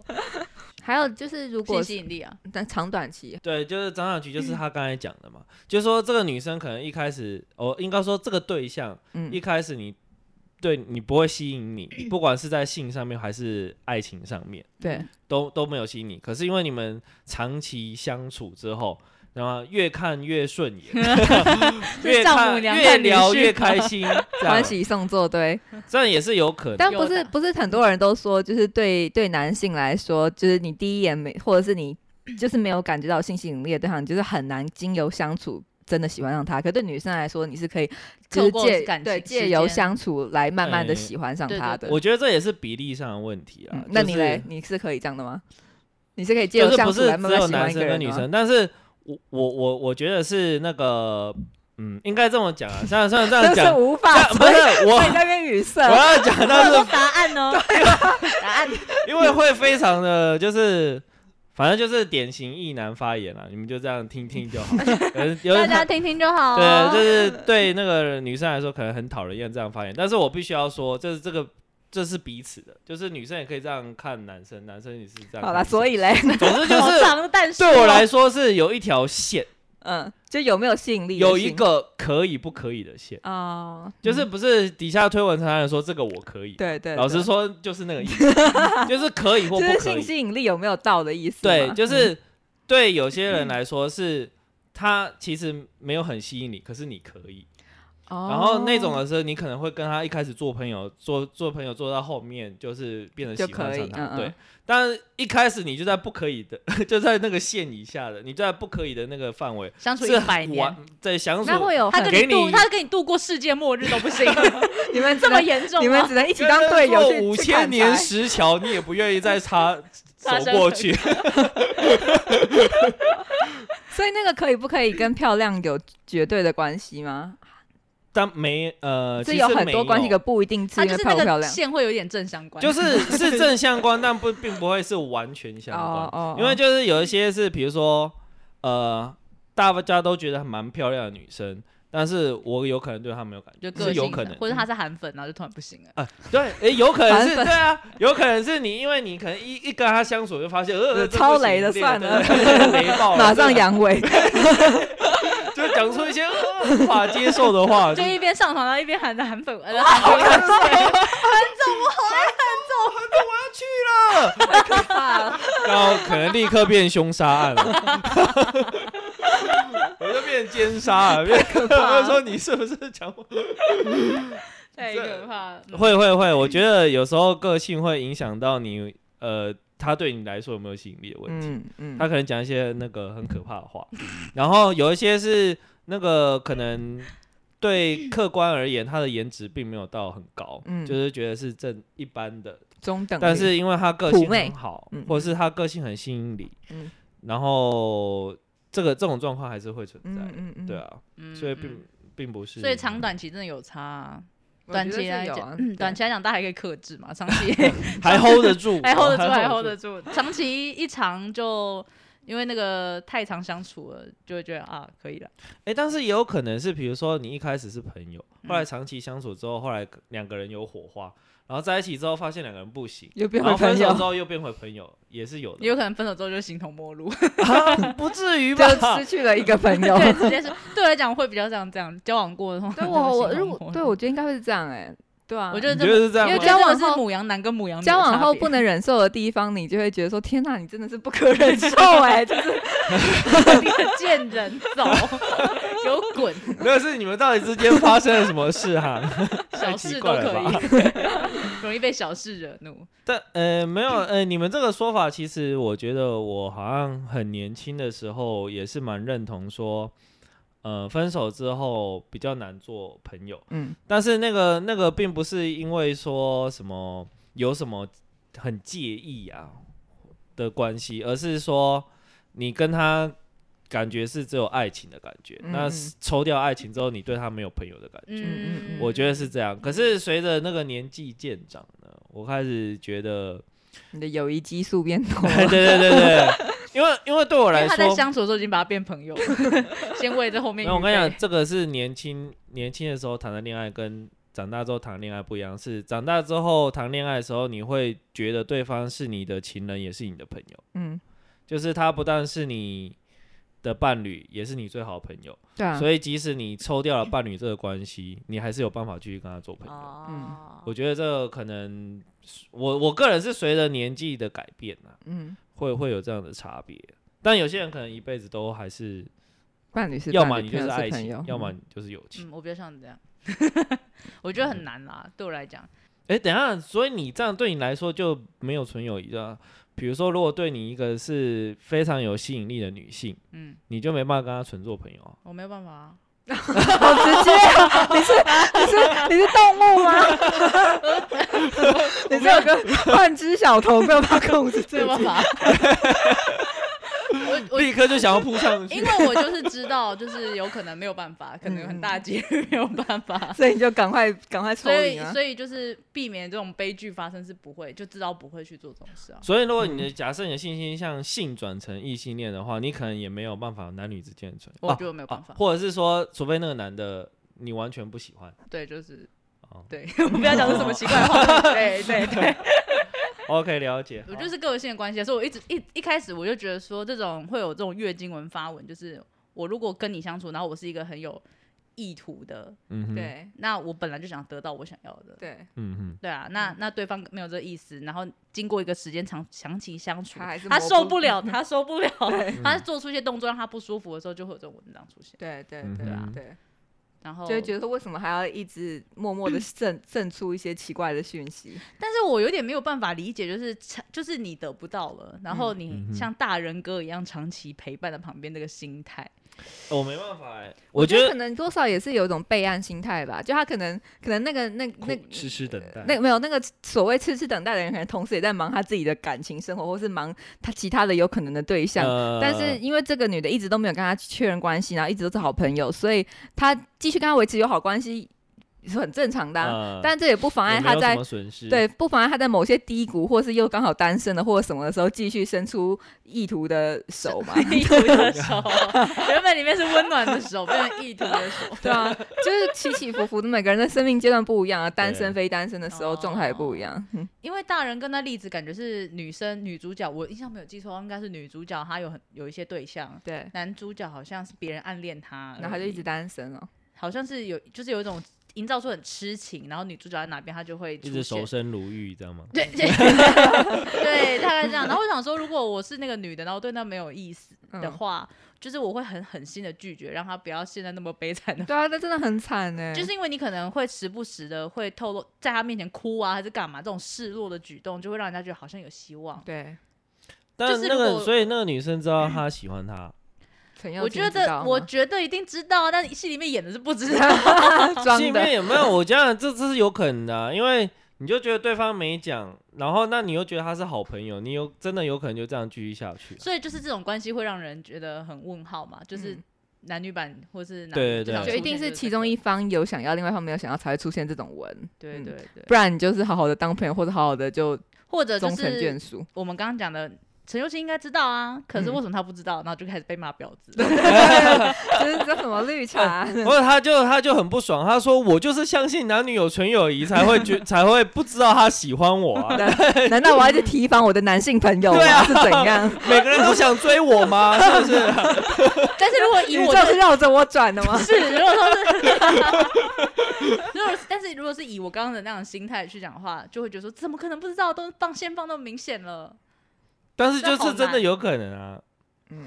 还有就是，如性果吸引力啊，但长短期，对，就是张小菊，就是他刚才讲的嘛，就是说这个女生可能一开始，哦，应该说这个对象嗯一开始你对你不会吸引你，不管是在性上面还是爱情上面。对，都都没有吸引你。可是因为你们长期相处之后，然后越看越顺 眼，越丈看母娘越看女婿聊越开 心，这欢样喜送作对。这样也是有可能。但不啊有是的不是很多人都说，就是对对男性来说，就是你第一眼没，或者是你就是没有感觉到性吸引力的对象，你就是很难经由相处真的喜欢上他。可对女生来说，你是可以就透是过借感情对之借间由相处来慢慢的哎喜欢上对他对的。我觉得这也是比例上的问题啊。嗯那就是你嘞，？你是可以这样的吗？你是可以借就由是相不处是来慢只慢有喜欢男一生个跟人女的吗生？但是我我我我觉得是那个，嗯，应该这么讲啊。像像 这样这是讲，无这法样，不是我所以在那边语塞我。要讲到是答案哦呢？答案 因为会非常的就是，反正就是典型意男发言啊啦，你们就这样听 听就 好。可能有大家听听就好哦。对，就是对那个女生来说可能很讨人厌这样发言，但是我必须要说，就是这个这是彼此的，就是女生也可以这样看男生，男生也是这样看女生。 好了，所以嘞，总之 就好是长，但是对我来说是有一条线，嗯，就有没有吸引力的性？有一个可以不可以的线，哦，就是不是底下推文常常有说这个我可以，对对，老实对说就是那个意 思，就是可以或就不是可性以。吸引力有没有到的意思嘛？对，嗯就是对有些人来说是，他其实没有很吸引你，可是你可以。哦，然然后那种的时啊候，你可能会跟他一开始做朋友，做做朋友做到后面就是变成就喜欢上可以嗯他。嗯对，但一开始你就在不可以的， 就在那个线以下的，你就在不可以的那个范围相处是一百年完，对，相那处会有他很跟给你度你他跟你度过世界末日都不行， 你们这这么么严重你们吗？只能一起就当是队友过去五去千砍年柴石桥，你也不愿意再 插擦手身过而去。所以那个可以不可以跟漂亮有绝对的关系吗？但没呃，这其有实很没多关系，有可不一定是他因就为是漂那不漂个亮。线会有点正相关，就是 是正相关，但不并不会是完全相关，哦因为就是有一些是比如说呃，大家都觉得蛮漂亮的女生，但是我有可能对她没有感觉，就个是有性可的能。嗯或者他是韩粉，然后就突然不行了。啊，对，诶，有可能是反对啊，有可能是你，因为你可能一一跟她相处就发现，呃，呃这不超行雷的这个算了对对对 雷爆了，马这上个阳痿， 就讲出一些呃无法接受的 话，就就哦一边上床，然后一边喊着韩粉，呃韩国韩粉， 然后可能立刻变凶杀案了， 我就变奸杀了，变 可怕。我就说你是不是讲我？太可怕了。嗯会会会，我觉得有时候个性会影响到你呃他对你来说有没有吸引力的问题。嗯嗯，他可能讲一些那个很可怕的话，然后有一些是那个可能对客观而言，他的颜值并没有到很高，嗯就是觉得是正一般的，中等，但是因为他个性妩媚很好嗯，或者是他个性很吸引你，嗯然后这个这种状况还是会存嗯在，嗯嗯，对，啊，嗯所以嗯并并不是，所以长短期真的有差、啊，我短觉得期是来有讲啊嗯，短对期来讲大家还可以克制嘛，长 期还 hold 得住， 哦还 hold 得住，还 hold 得得住，长期一长就因为那个太长相处了，就会觉得啊可以了，哎、但是也有可能是，比如说你一开始是朋友，后来嗯长期相处之后，后来两个人有火花，然后在一起之后发现两个人不行， 又变然后回分手朋友之，后又变回朋友，也是有的。也有可能分手之后就形同陌路， 啊 不至于吧？ 就失去了一个朋 友。 对，直接是对我来讲会比较这样这样，交往过的话，对我我形如同果陌对路我觉得应该会是这样哎，对啊，我觉你得觉这得是这样因为我吗觉交得往这个是后母羊男跟母羊女的交往差后别不能忍受的地方，你就会觉得说：“天哪，你真的是不可忍受哎、 就是 你个贱人走，给我滚，没有是你们到底之间发生了什么事哈、小奇事都怪可了吧以， 容易被小事惹怒。但呃没有呃，你们这个说法，其实我觉得我好像很年轻的时候也是蛮认同说，呃，分手之后比较难做朋友。嗯但是那个那个并不是因为说什么有什么很介意啊的关系，而是说你跟他感觉是只有爱情的感觉，嗯那是抽掉爱情之后，你对他没有朋友的感觉。嗯嗯我觉得是这样，可是随着那个年纪渐长呢，我开始觉得，你的友谊激素变多 对对对对，因为因为对我因来为他在说，相处的时候已经把他变朋 友了，先为这后面。那我跟你讲，，这个是年轻年轻的时候谈的恋爱跟长大之后谈恋爱不一样，是长大之后谈恋爱的时候，你会觉得对方是你的情人，也是你的朋友，嗯，就是他不但是你的伴侣，也是你最好的朋友。对啊，所以即使你抽掉了伴侣这个关系，你还是有办法继续跟他做朋友。嗯哦，我觉得这个可能，我我个人是随着年纪的改变啊，嗯，会会有这样的差别。但有些人可能一辈子都还是，伴侣是要伴么侣你就是朋友爱朋情友，， 要么嗯你就是友情。嗯，我比较像这样， 我觉得很难啦，对我来讲，哎，等一下，所以你这样对你来说就没有纯友谊的。比如说，如果对你一个是非常有吸引力的女性，嗯，你就没办法跟她纯做朋友啊。我没有办法啊，好直接啊！你是你是你是动物吗？ 你这有个半只小头没有办法控制没住有办法。 我我立刻就想要扑上去。因为我就是知道，就是有可能没有办法，可能有很大几率没有办法，所以你就赶快赶快抽所离以啊！所以就是避免这种悲剧发生是不会，就知道不会去做这种事啊。所以，如果你的假设你的性倾向性转成异性恋的话，你可能也没有办法男女之间的纯，哦我啊觉得我没有办法啊，或者是说，除非那个男的你完全不喜欢。对，就是 哦对，我不要讲出什么奇怪的 话。对对 对， OK，了解。我好就是个性的关系啊，所以我一直一一开始我就觉得说，这种会有这种月经文发文，就是我如果跟你相处，然后我是一个很有意图的，嗯哼，对那我本来就想得到我想要的。对，嗯哼，对啊，那那对方没有这个意思，然后经过一个时间长长期相处，他还是他模受糊嗯不了，他受不 了，对他做出一些动作让他不舒服的时候，就会有这种文章出现。对对嗯哦对哼对，然后就会觉得说为什么还要一直默默嗯的渗渗出一些奇怪的讯息？但是我有点没有办法理解，就是就是你得不到了，然后嗯你哼像大人哥一样长期陪伴在旁边那个心态， 我没办法哎，我觉就可得能多少也是有一种备案心态吧，就他可能可能那个那那苦痴痴等待。那没有那个所谓痴痴等待的人，可能同时也在忙他自己的感情生活，或是忙他其他的有可能的对象。呃但是因为这个女的一直都没有跟他确认关系，然后一直都是好朋友，所以他继续跟他维持友好关系是很正常的啊、呃但这也不妨碍也没他有在什么损失，对，不妨碍他在某些低谷，或是又刚好单身了，或者什么的时候，继续伸出意图的手嘛。意图的手，原本里面是温暖的手，变成意图的手。 对啊，就是起起伏伏的，每个人的生命阶段不一样啊，单身非单身的时候哦状态也不一样。嗯因为大人跟那例子感觉是女生女主角，我印象没有记错，应该是女主角她有很有一些对象，对，男主角好像是别人暗恋他而已，然后他就一直单身哦。好像是有就是有一种营造出很痴情，然后女主角在哪边她就会一出直守现。身如玉，知道 吗？对对对，大概这样。然后我想说，如果我是那个女的，然后对那没有意思，的嗯话，就是我会很狠心的拒绝，让他不要现在那么悲惨的。对啊，那真的很惨呢。 就是因为你可能会时不时的会透露在他面前哭啊，还是干嘛这种示弱的举动，就会让人家觉得好像有希望。对，但就是那如个，果所以那个女生知道他喜欢他，陈耀我金觉知道得，我吗觉得一定知道啊，但戏里面演的是不知道。 嗯装心里的面有没 有？我觉得这这是有可能的啊、因为你就觉得对方没讲，然后那你又觉得他是好朋友，你有真的有可能就这样继续下去啊、所以就是这种关系会让人觉得很问号嘛，就是嗯男女版或是男对对常对就一定出现是这其个中一方有想要，另外一方没有想要，才会出现这种文。对嗯对对，不然你就是好好的当朋友，或者好好的就或者就终成眷是 属。我们刚刚讲的陈秀清应该知道啊，可嗯是为什么他不知道？然后就开始被骂婊 子，就是叫什么绿茶？或者他就他就很不爽，他说我就是相信男女有纯友谊才会 觉才会不知道他喜欢我啊，难道我要一直提防我的男性朋友吗？对啊是怎 样？每个人都想追我吗？是不是？ 但是如果以宇宙我的？是绕着我转的吗 是，如果说是，如果但是如 果是以我刚刚的那种心态去讲的话，就会觉得说怎么可能不知道？都放线放那么明显了，但是就是真的有可能啊，嗯，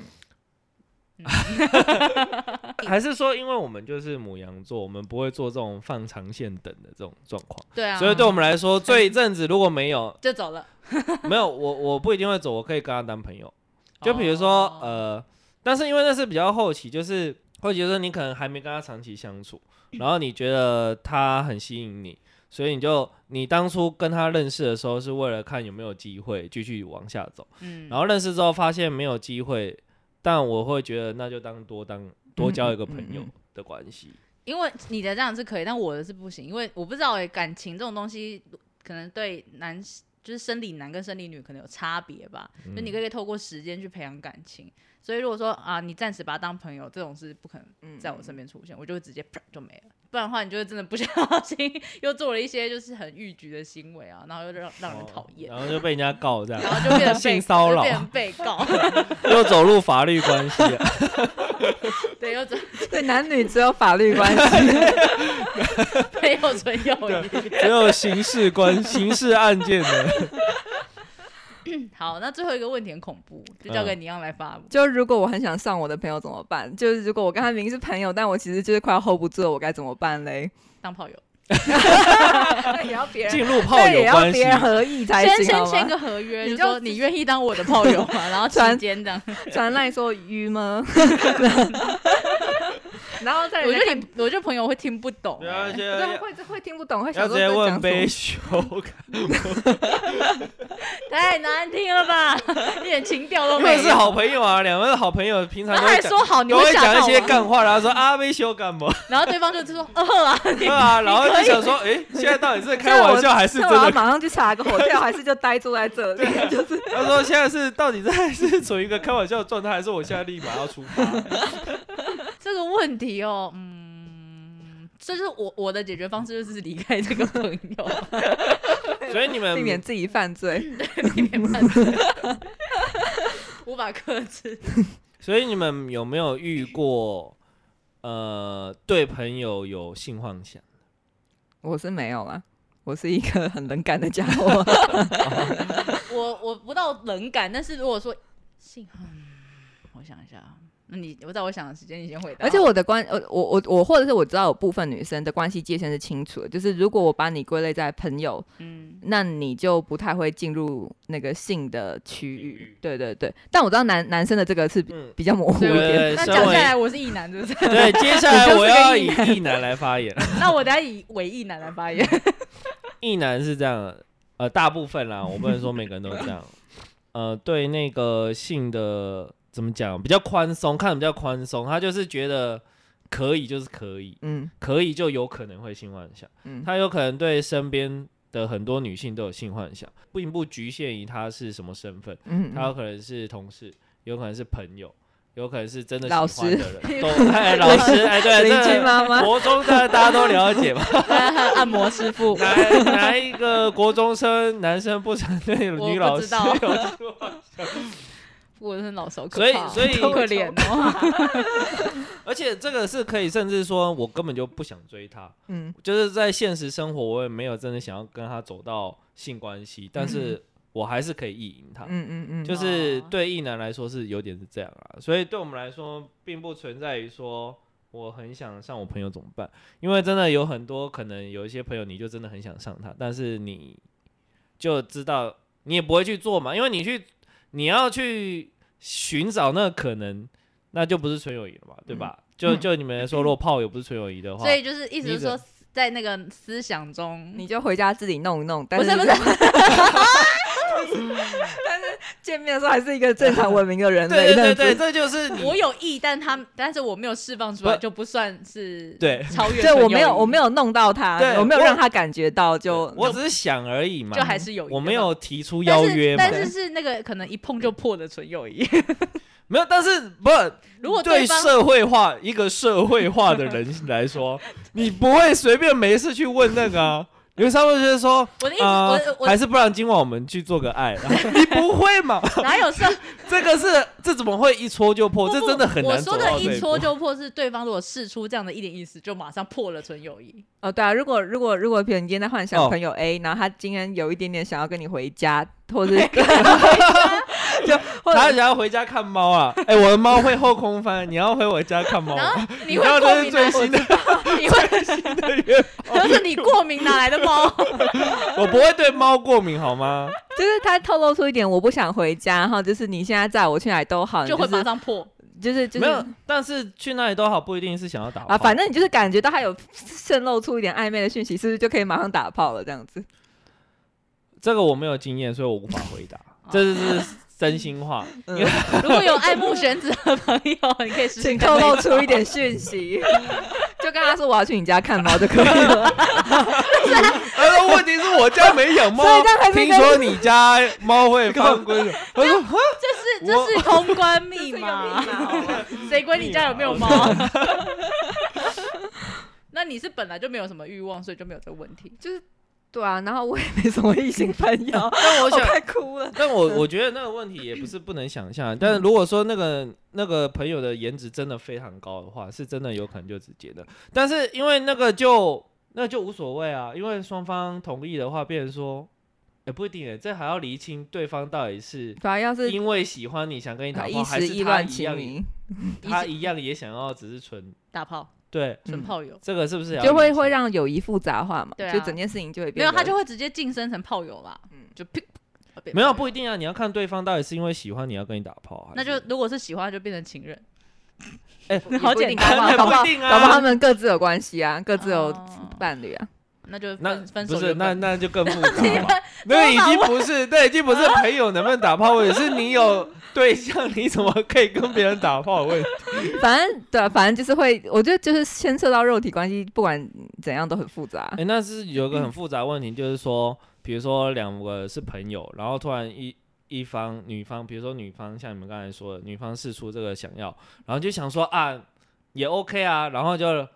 还是说因为我们就是母羊座，我们不会做这种放长线等的这种状况，对啊，所以对我们来说，这一阵子如果没有就走了。没有我我不一定会走，我可以跟他当朋友。就比如说、哦呃，但是因为那是比较后期，就是后期就是你可能还没跟他长期相处，嗯然后你觉得他很吸引你，所以你就你当初跟他认识的时候是为了看有没有机会继续往下走，嗯，然后认识之后发现没有机会，但我会觉得那就当多当多交一个朋友嗯嗯的关系。因为你的这样是可以，但我的是不行，因为我不知道、欸、感情这种东西，可能对男就是生理男跟生理女可能有差别吧，嗯就哦你可以透过时间去培养感情。所以如果说啊，你暂时把他当朋友，这种是不可嗯能在我身边出嗯现，我就会直接啪就没了。不然的话，你就会真的不小心又做了一些就是很逾矩的行为啊，然后又让让人讨厌，然后就被人家告这样，然后就变成被哦性骚扰就变成被告， 又走入法律关系了。对，又准 对，男女只有法律关系。 备又存友谊。只有刑事关刑事案件 的，好，那最后一个问题很恐怖，就交给嗯你要来发。就如果我很想上我的朋友怎么办？就是如果我跟他明明是朋友，但我其实就是快要 hold 不住了，我该怎么办嘞？当炮友， 也要啊别进入炮对，友也要关系别，人合意才先行，好先吗签个合约，你就就说自己你愿意当我的炮友吗？然后期传间这样，我 传赖说晕 吗？然后再人家觉得你，我觉得朋友会听不懂、对啊欸先对会会听不懂，会想要说直这接问讲什杯么？修太哎难听 了吧，一点情调都因没为有。是好朋友啊，两位是好朋友，平常然后都他会还讲说好，你都会吓讲一到些我干话，然后说啊杯修干 嘛？然后对方就说饿啊，对啊，然后就想说，哎，现在到底是开玩笑还是真那我要的？马上去查个 火调，还是就呆坐在这里？就是他说现在是到底在是处于一个开玩笑的状态，还是我现在立马要出 发？ 这个问题哦，嗯，这就是我我的解决方式就是离开这个朋友，所以你们避免自己犯罪。避免犯罪无法克制。所以你们有没有遇过呃对朋友有性幻想？我是没有啦，我是一个很冷感的家伙。我我不到冷感，但是如果说幸好，我想一下啊，那你我在我想的时间，你先回答。 而且我的关，呃，我我我或者是我知道有部分女生的关系界限是清楚的，就是如果我把你归类在朋友，嗯，那你就不太会进入那个性的区领域域。对对对，但我知道男男生的这个是比嗯，比较模糊一对对点。对，那身讲下为来我是异男，是不是？ 对，接下来我要以你就是个异男来发言。 那我等下以伪异男来发言。 异男是这样的，呃，大部分啦，我不能说每个人都这样。呃，对那个性的怎么讲，比较宽松，看得比较宽松，他就是觉得可以就是可以，嗯可以就有可能会性幻想，嗯，他有可能对身边的很多女性都有性幻想，并不局限于他是什么身份，嗯，他有可能是同事，有可能是朋友。有可能是真的老喜欢师的人，都哎，老师哎，对，邻这居妈妈。国中的大家都了解嘛， 按摩师傅，哪哪一个国中生男生不承认我女不老知师道有说话？我真的老手可所以怕，所以好可怜 哦。 而且这个是可以，甚至说我根本就不想追她，嗯就是在现实生活我也没有真的想要跟她走到性关系，但是我还是可以意淫他。嗯嗯嗯，就是哦对异男来说是有点是这样啊，所以对我们来说，并不存在于说我很想上我朋友怎么办，因为真的有很多可能有一些朋友你就真的很想上他，但是你就知道你也不会去做嘛，因为你去你要去寻找那个可能，那就不是纯友谊了嘛，对吧？就就你们说，如果炮友不是纯友谊的话，嗯所以就是意思你是说的，在那个思想中，你就回家自己弄一弄，但不是不是 见面的时候还是一个正常文明的人对类，对对对，但是这就是你我有意，但他但是我没有释放出来，不就不算是对超 越。对我没有我没有弄到他对，我没有我让他感觉到，就我只是想而已嘛，就还是有一个我没有提出但邀是约嘛，但是是那个可能一碰就破的纯友谊。没有，但是不，如果对方社会化一个社会化的人来 说，你不会随便没事去问那个啊。因为他们就是说，哎我的意思，啊、我我还是不然今晚我们去做个爱， 你不会嘛？哪有啊 社？这个是这怎么会一戳就破？不这不真的很我难走说到的这一一戳步。就破，是对方如果试出这样的一点意思，就马上破了纯 友谊。哦对啊，如果如果如果，比如你今天在幻哦想朋友 A，然后他今天有一点点想要跟你回家，或者是 就 或他者想要回家看猫啊！哎、我的猫会后空翻，你 要回我家看猫然后吗？你知道会这过是敏啊最哪？新的，你会， 就是你过敏哪来的 猫？ 我不会对猫过敏好吗？就是他透露出一点我不想回家，然后就是你现在载我去哪里都好，你就会马是上破。就是就没有是。，但是去那里都好，不一定是想要打啊，炮反正你就是感觉到他有渗漏出一点暧昧的讯息，是不是就可以马上打炮了？这样子，这个我没有经验，所以我无法回答。哦这是是真心话，嗯因为 如果有爱慕玄子的朋友，你可以试试请看 哎透露这一出一点讯 息，就跟他说我要去你家看猫就可以了。他说呃问题是我家没养猫 所以这样还，是一听个说你家猫会犯规 的。他说哈这是我这是通关密码，谁管你家有没有猫？哦 那你是本来就没有什么欲望，所以就没有这个问题。就是对啊，然后我也没什么异性朋 友，但我我想，快哭了。但我我觉得那个问题也不是不能想象。但是如果说那个那个朋友的颜值真的非常高的话，是真的有可能就直接的。但是因为那个就那就无所谓啊，因为双方同意的话，变成说。也、不一定诶，这还要厘清对方到底是反正要是啊呃因为喜欢你想跟你打炮，一还时是意他乱一情样迷，他一样也想要，只是纯打炮，对纯炮嗯友，这个是不是也要就会理解会让友谊复杂化嘛？对啊就整件事情就会没变有得。他就会直接晋升成炮友啦。嗯，就 噗啊变没有不一定啊？你要看对方到底是因为喜欢你要跟你打炮，那就如果是喜欢就变成情人，哎也好不一简定单搞不也好 搞不好不一定啊搞不好他们各自有关系啊，各自有哦伴侣啊。那就那分分手不就是分那那就更复杂嘛。那多个已访经不是，那已经不是朋友能不能打炮问题，是你有对象，你怎么可以跟别人打炮问题？反正对啊，反正就是会，我觉得就是牵涉到肉体关系，不管怎样都很复杂。哎，那是有嗯个很复杂问题，就是说，比如说两个是朋友，然后突然一。一方女方，比如说女方像你们刚才说的，女方试出这个想要，然后就想说啊，也 OK 啊，然后就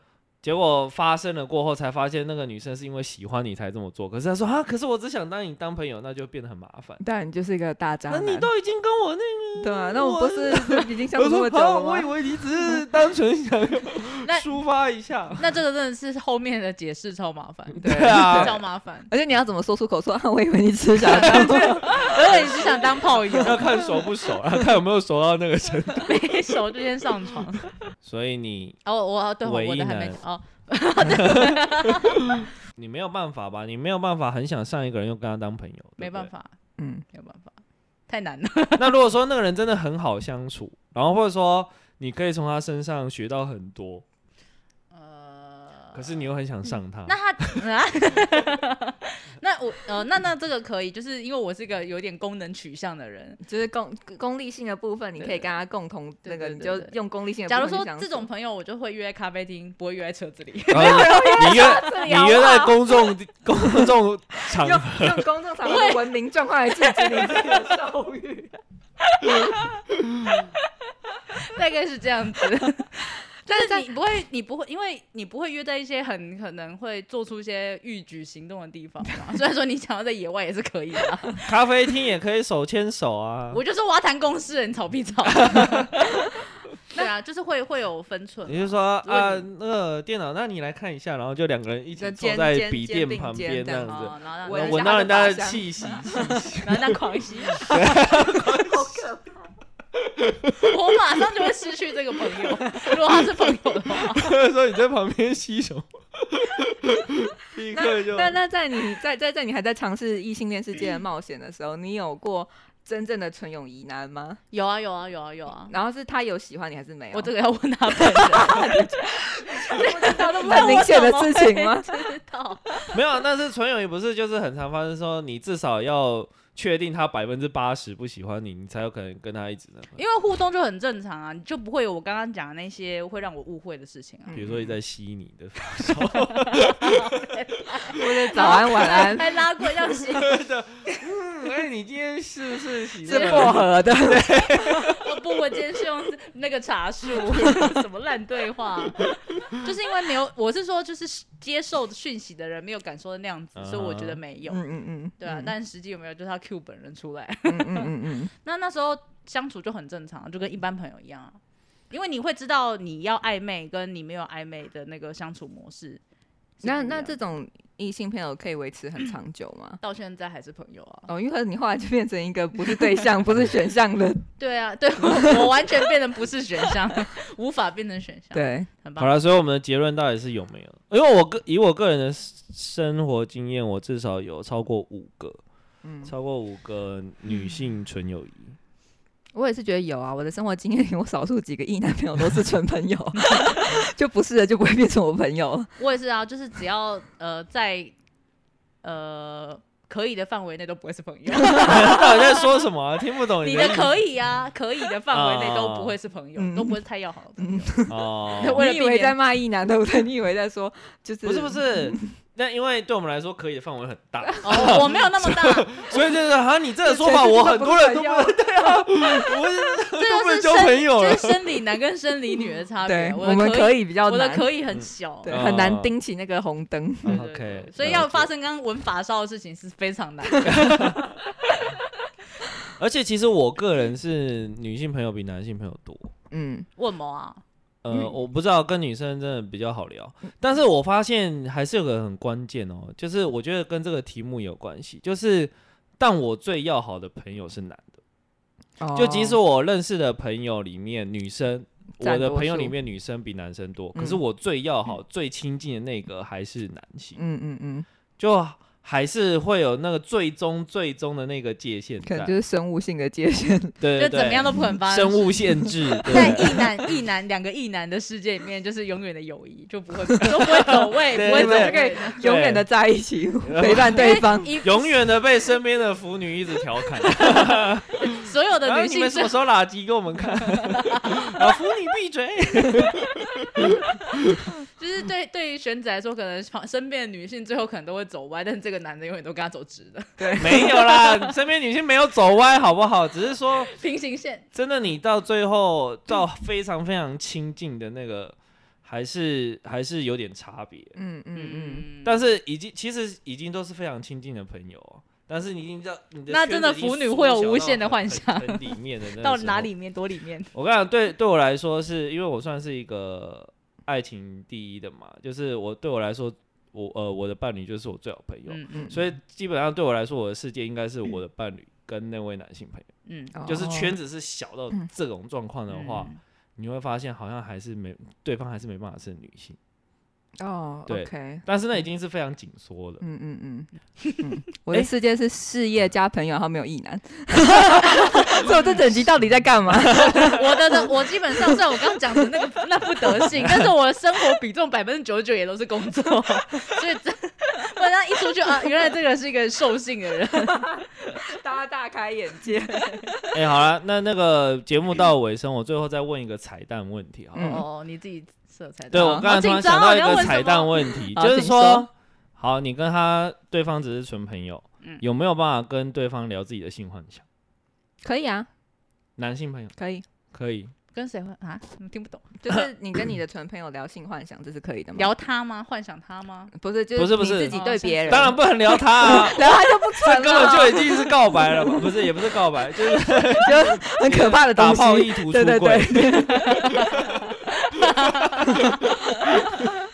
结果发生了过后，才发现那个女生是因为喜欢你才这么做。可是她说啊，可是我只想当你当朋友，那就变得很麻烦。当然你就是一个大渣那男，你都已经跟我那对啊，那我不是 已经相我处这说么久了好，吗我以？为你只 是单纯想要那抒发一下。那这个真的是后面的解释超麻烦，对对啊超麻烦。而且你要怎么说出口 说啊？我以为你只 是想要当我而且你是想当炮友， 要看熟不熟啊，看有没有熟到那个程度。没熟就先上床。所以你哦，我对唯一我的还没男哦，你没有办法吧？你没有办法很想上一个人又跟他当朋友，对不对没办。法，嗯，没有办法，太难了。那如果说那个人真的很好相处，然后或者说你可以从他身上学到很多，呃，可是你又很想上他， 那他啊， 那我呃，那那这个可以，就是因为我是一个有点功能取向的人。就是功功利性的部分，你可以跟他共同那对个，对你对就对用功利性的假部如分说去相处。这种朋友，我就会约在咖啡厅，不会约在车子 里。然后你约这里好你不约在好公众公众场合，用用公众场合的文明状况来制止你自己的兽 欲。大概是这样子。但是你不会，你不会，因为你不会约在一些很可能会做出一些欲举行动的地方嘛。 虽然说你想要在野外也是可以的啊，咖啡厅也可以手牵手啊。 我就说我要谈公事，你吵屁吵。对啊，就是会会有分寸嘛。你就说如果啊，你那个电脑，那你来看一下，然后就两个人一起就坐肩在肩笔肩电并旁肩边这这样样子，哦，然后让闻然一后闻下他到的人家发的香气息，然后那 狂吸，好可怕！ 我马上就会失去这个朋友。如果他是朋友的话，说你在旁边吸什 么，立刻就那那在你在在在你还在尝试异性恋世界的冒险的时候，你有过真正的纯友谊男吗？有啊有啊有啊有啊，然后是他有喜欢你还是没有？我这个要问他本人， 很明显的事情吗？知道。没有。啊但是纯友谊不是就是很常发生，说你至少要确定他百分之八十不喜欢你，你才有可能跟他一直呢。因为互动就很正常啊，你就不会有我刚刚讲的那些会让我误会的事情啊。比如说你在吸你的，早安晚 安还拉过要洗，嗯，哎，你今天是不是喜是薄荷的，哦不，我今天是用那个茶树， 什么烂对话，就是因为没有，我是说就是接受讯息的人没有感受的那样子，所以我觉得没有，嗯嗯嗯，对啊，嗯但实际有没有就是要 Q 本人出来，嗯嗯嗯嗯，那那时候相处就很正常，就跟一般朋友一样啊，因为你会知道你要暧昧跟你没有暧昧的那个相处模 式是不一那样的，那这种异性朋友可以维持很长久 吗？到现在还是朋友啊，哦，因为你后来就变成一个不是对象、不是选项的，对啊， 对我我完全变成不是选 项，无法变成选项，，对，很好棒。了，所以我们的结论到底是有没有？因为我个以我个人的 s- 生活经验，我至少有超过五个，嗯，超过五个女性纯友谊。 我也是觉得有啊，我的生活经验里，我少数几个异男朋友都是纯朋友， 就不是的就不会变成我朋友。我也是啊，就是只要呃在呃可以的范围内都不会是朋 友，哦到底在说什么啊？听不懂你的的可以啊，可以的范啊围内都不会是朋友，嗯都不会是太要好的朋友。以哦，为了你以避为免在骂异男对 不对？你以为在说就是不是不 是。那因为对我们来说，可以的范围很大，哦，我没有那么 大，所以就是啊，你这个说法，全世界我都很不多是人都朋不友能，对啊，我是这都不就是能交朋生友就了是。生理男跟生理女的差别对，。的我们可可以，以比较我的难，可以很小。对，哦很难盯起那个红灯。对对嗯 OK，对所以要发了解生刚刚闻发梢的事情是非常难的。而且其实我个人是女性朋友比男性朋友多，嗯，问毛啊，呃，嗯我不知道跟女生真的比较好聊，但是我发现还是有个很关键哦，就是我觉得跟这个题目有关系，就是但我最要好的朋友是男的，就即使哦我认识的朋友里面女生，占我的多朋友数里面女生比男生多，可嗯是我最要好、最亲近的那个还是男性，嗯嗯嗯，就还是会有那个最终最终的那个界限可在能，就是生物性的界限。对就对怎么样对，都不可能发生生。物限 制，对在异男、 异男两个异男的世界里面，就是永远的友谊，就不会都不会走位，对不会对走对位。永远的在一起陪伴对方。一永远的被身边的腐女一直调 侃。所有的然后女你性们什最么时候拉鸡给我们 看？老夫你闭嘴！ 就是对对于选子来说，可能旁身边的女性最后可能都会走歪，但是这个男的永远都跟他走直的没有啦，身边女性没有走歪，好不好？只是说，平行线。真的，你到最后到非常非常亲近的那个，还是还是有点差别。嗯嗯嗯，但是已经其实已经都是非常亲近的朋友哦，但是你已经知道你的那圈真子的已经腐女缩会有小无到限的很幻想很很里面 的那个到时哪候里面多里面，我跟你讲，对对我来说是，因为我算是一个爱情第一的嘛，就是我对我来说，我呃我的伴侣就是我最好朋友，嗯嗯所以基本上对我来说，我的世界应该是我的伴侣跟那位男性朋友，嗯，哦就是圈子是小到这种状况的话，嗯你会发现好像还是没对方还是没办法是女性，哦对，OK。但是那已经是非常紧缩了。嗯嗯嗯，嗯我的世界是事业加朋友，然后没有异 男，所以我这整集到底在干嘛？嗯我的的我基本上虽然我刚刚讲的那个那副德性，但是我的生活比重百分之九十九也都是工作，所以这不然他一出去啊，原来这个人是一个兽性的人，大家大开眼界。哎、好了，那那个节目到尾声，我最后再问一个彩蛋问题好了。嗯哦，你自己色彩对，的啊我好哦刚才突然想到一个彩蛋问题，好就是请说说，好，你跟他对方只是纯朋友，嗯有没有办法跟对方聊自己的性幻想？可以啊，男性朋友可以。可以，跟谁会啊？你听不懂？ 就是你跟你的纯朋友聊性幻想，这是可以的吗？聊他吗？幻想他吗？不是，就不是不你是自己对别人，当然不能聊他 啊，然后他就不这纯了，根本就已经是告白了吧，不是也不是告白，就是很可怕的东打西。炮意图对出对轨。对，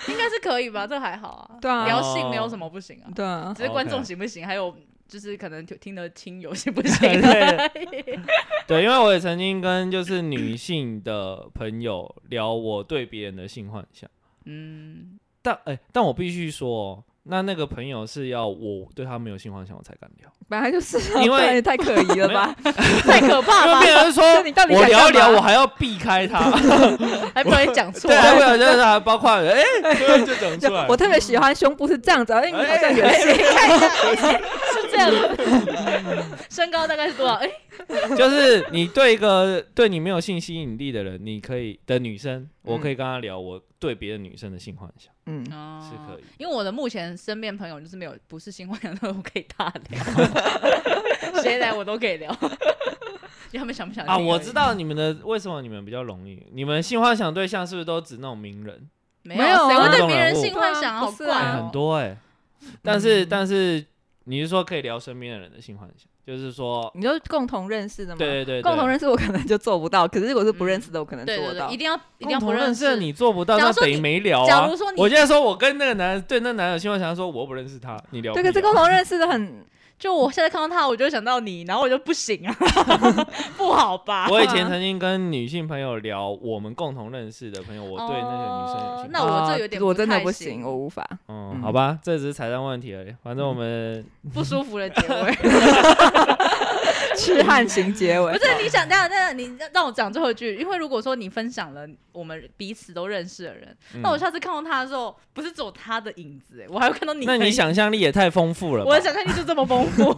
应该是可以吧？这还好啊。哦 对啊聊性没有什么不行啊，对啊，只是观众行不行，还有就是可能听的亲友行不 行对？对，因为我也曾经跟就是女性的朋友聊我对别人的性幻想，嗯，但哎、但我必须说、哦，那那个朋友是要我对他没有性幻想我才敢聊，本 来就是啊，因为不然也太可疑了吧？太可怕因为吧？别人说啊你到底我想聊一聊，干嘛我还要避开他，还不然讲错对，，啊还有就是还包括 哎、就就讲出来我，特别喜欢胸部是这样子，哎，你好像有性，啊是这 样子。身高大概是多少？哎，就是你对一个对你没有性吸引力的人，你可以的女生，我可以跟她聊我对别的女生的性幻想嗯，是是可以。哦因为我的目前身边朋友就是没有不是新幻想的，我可以大 聊，谁来我都可以聊，因为他们想不想听啊，而已我知，道你们的为什么你们比较容易，你们性幻想对象是不是都指那种名人？没没有有谁啊会公对众别人人物性幻想对啊好不是怪啊哎哦很多哎、但是、嗯但是你是说可以聊身边的人的性幻想，就是说，你就共同认识的嗯嘛，对对对，共同认识我可能就做不到，可是如果是不认识的，我可能对做对得到对，一。定要一定共要不同认识识的。你做不到，假那如说等于你没聊啊。假如说你我现在说我跟那个男对那男的性幻想，他说我不认识他，你聊对，屁可是啊共同认识的很，就我现在看到他，我就会想到你，然后我就不行啊， 不好 吧？我以前啊 曾经跟女性朋友聊我们共同认识的朋友，我对那个女生有兴趣。哦那我这啊有点我不真的太不行行，我无 法。嗯，好吧，这只是彩蛋问题而已。反正我们不舒服的结尾。痴汉型结尾不，是 你想，等一下等一下，你让我讲最后一句，因为如果说你分享了我们彼此都认识的人，那我嗯下次看到他的时候，不是只有他的影子、欸，我还会看到你。那你，想象力也太丰富了吧。我的想象力就这么丰富，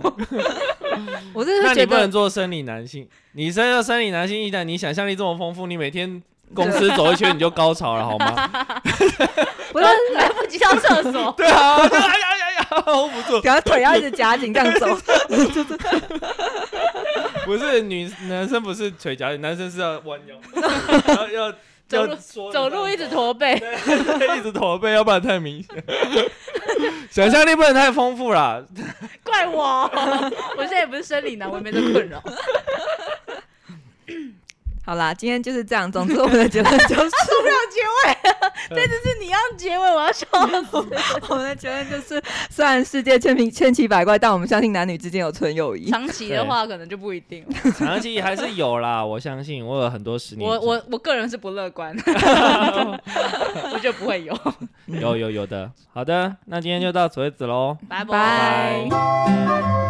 我真的那是你觉不能得做生理男性，你身上生理男性一旦你想象力这么丰富，你每天公司走一圈你就高潮了好吗？不是，来不及上厕所。对啊，就哎呀哎呀哎呀，hold 不住。然后腿要一直夹紧这样走， 不是女男生不是腿夹，男生是要弯腰，然后要走要路缩着走路一直驼背，对，一直驼背，要不然太明显。想象力不能太丰富啦。怪我。我现在也不是生理男，我也没这困扰。好啦，今天就是这样。总之，我们的结论就是，不要结尾， 这次是你要结尾，我要笑死。我们的结论就是，虽然世界千奇千奇百怪，但我们相信男女之间有纯友谊。长期的话，可能就不一定了。长期还是有啦，我相信我有很多十年以我上。我我个人是不乐观， 我觉得不会有。有有有的。好的，那今天就到此为止喽。拜拜。拜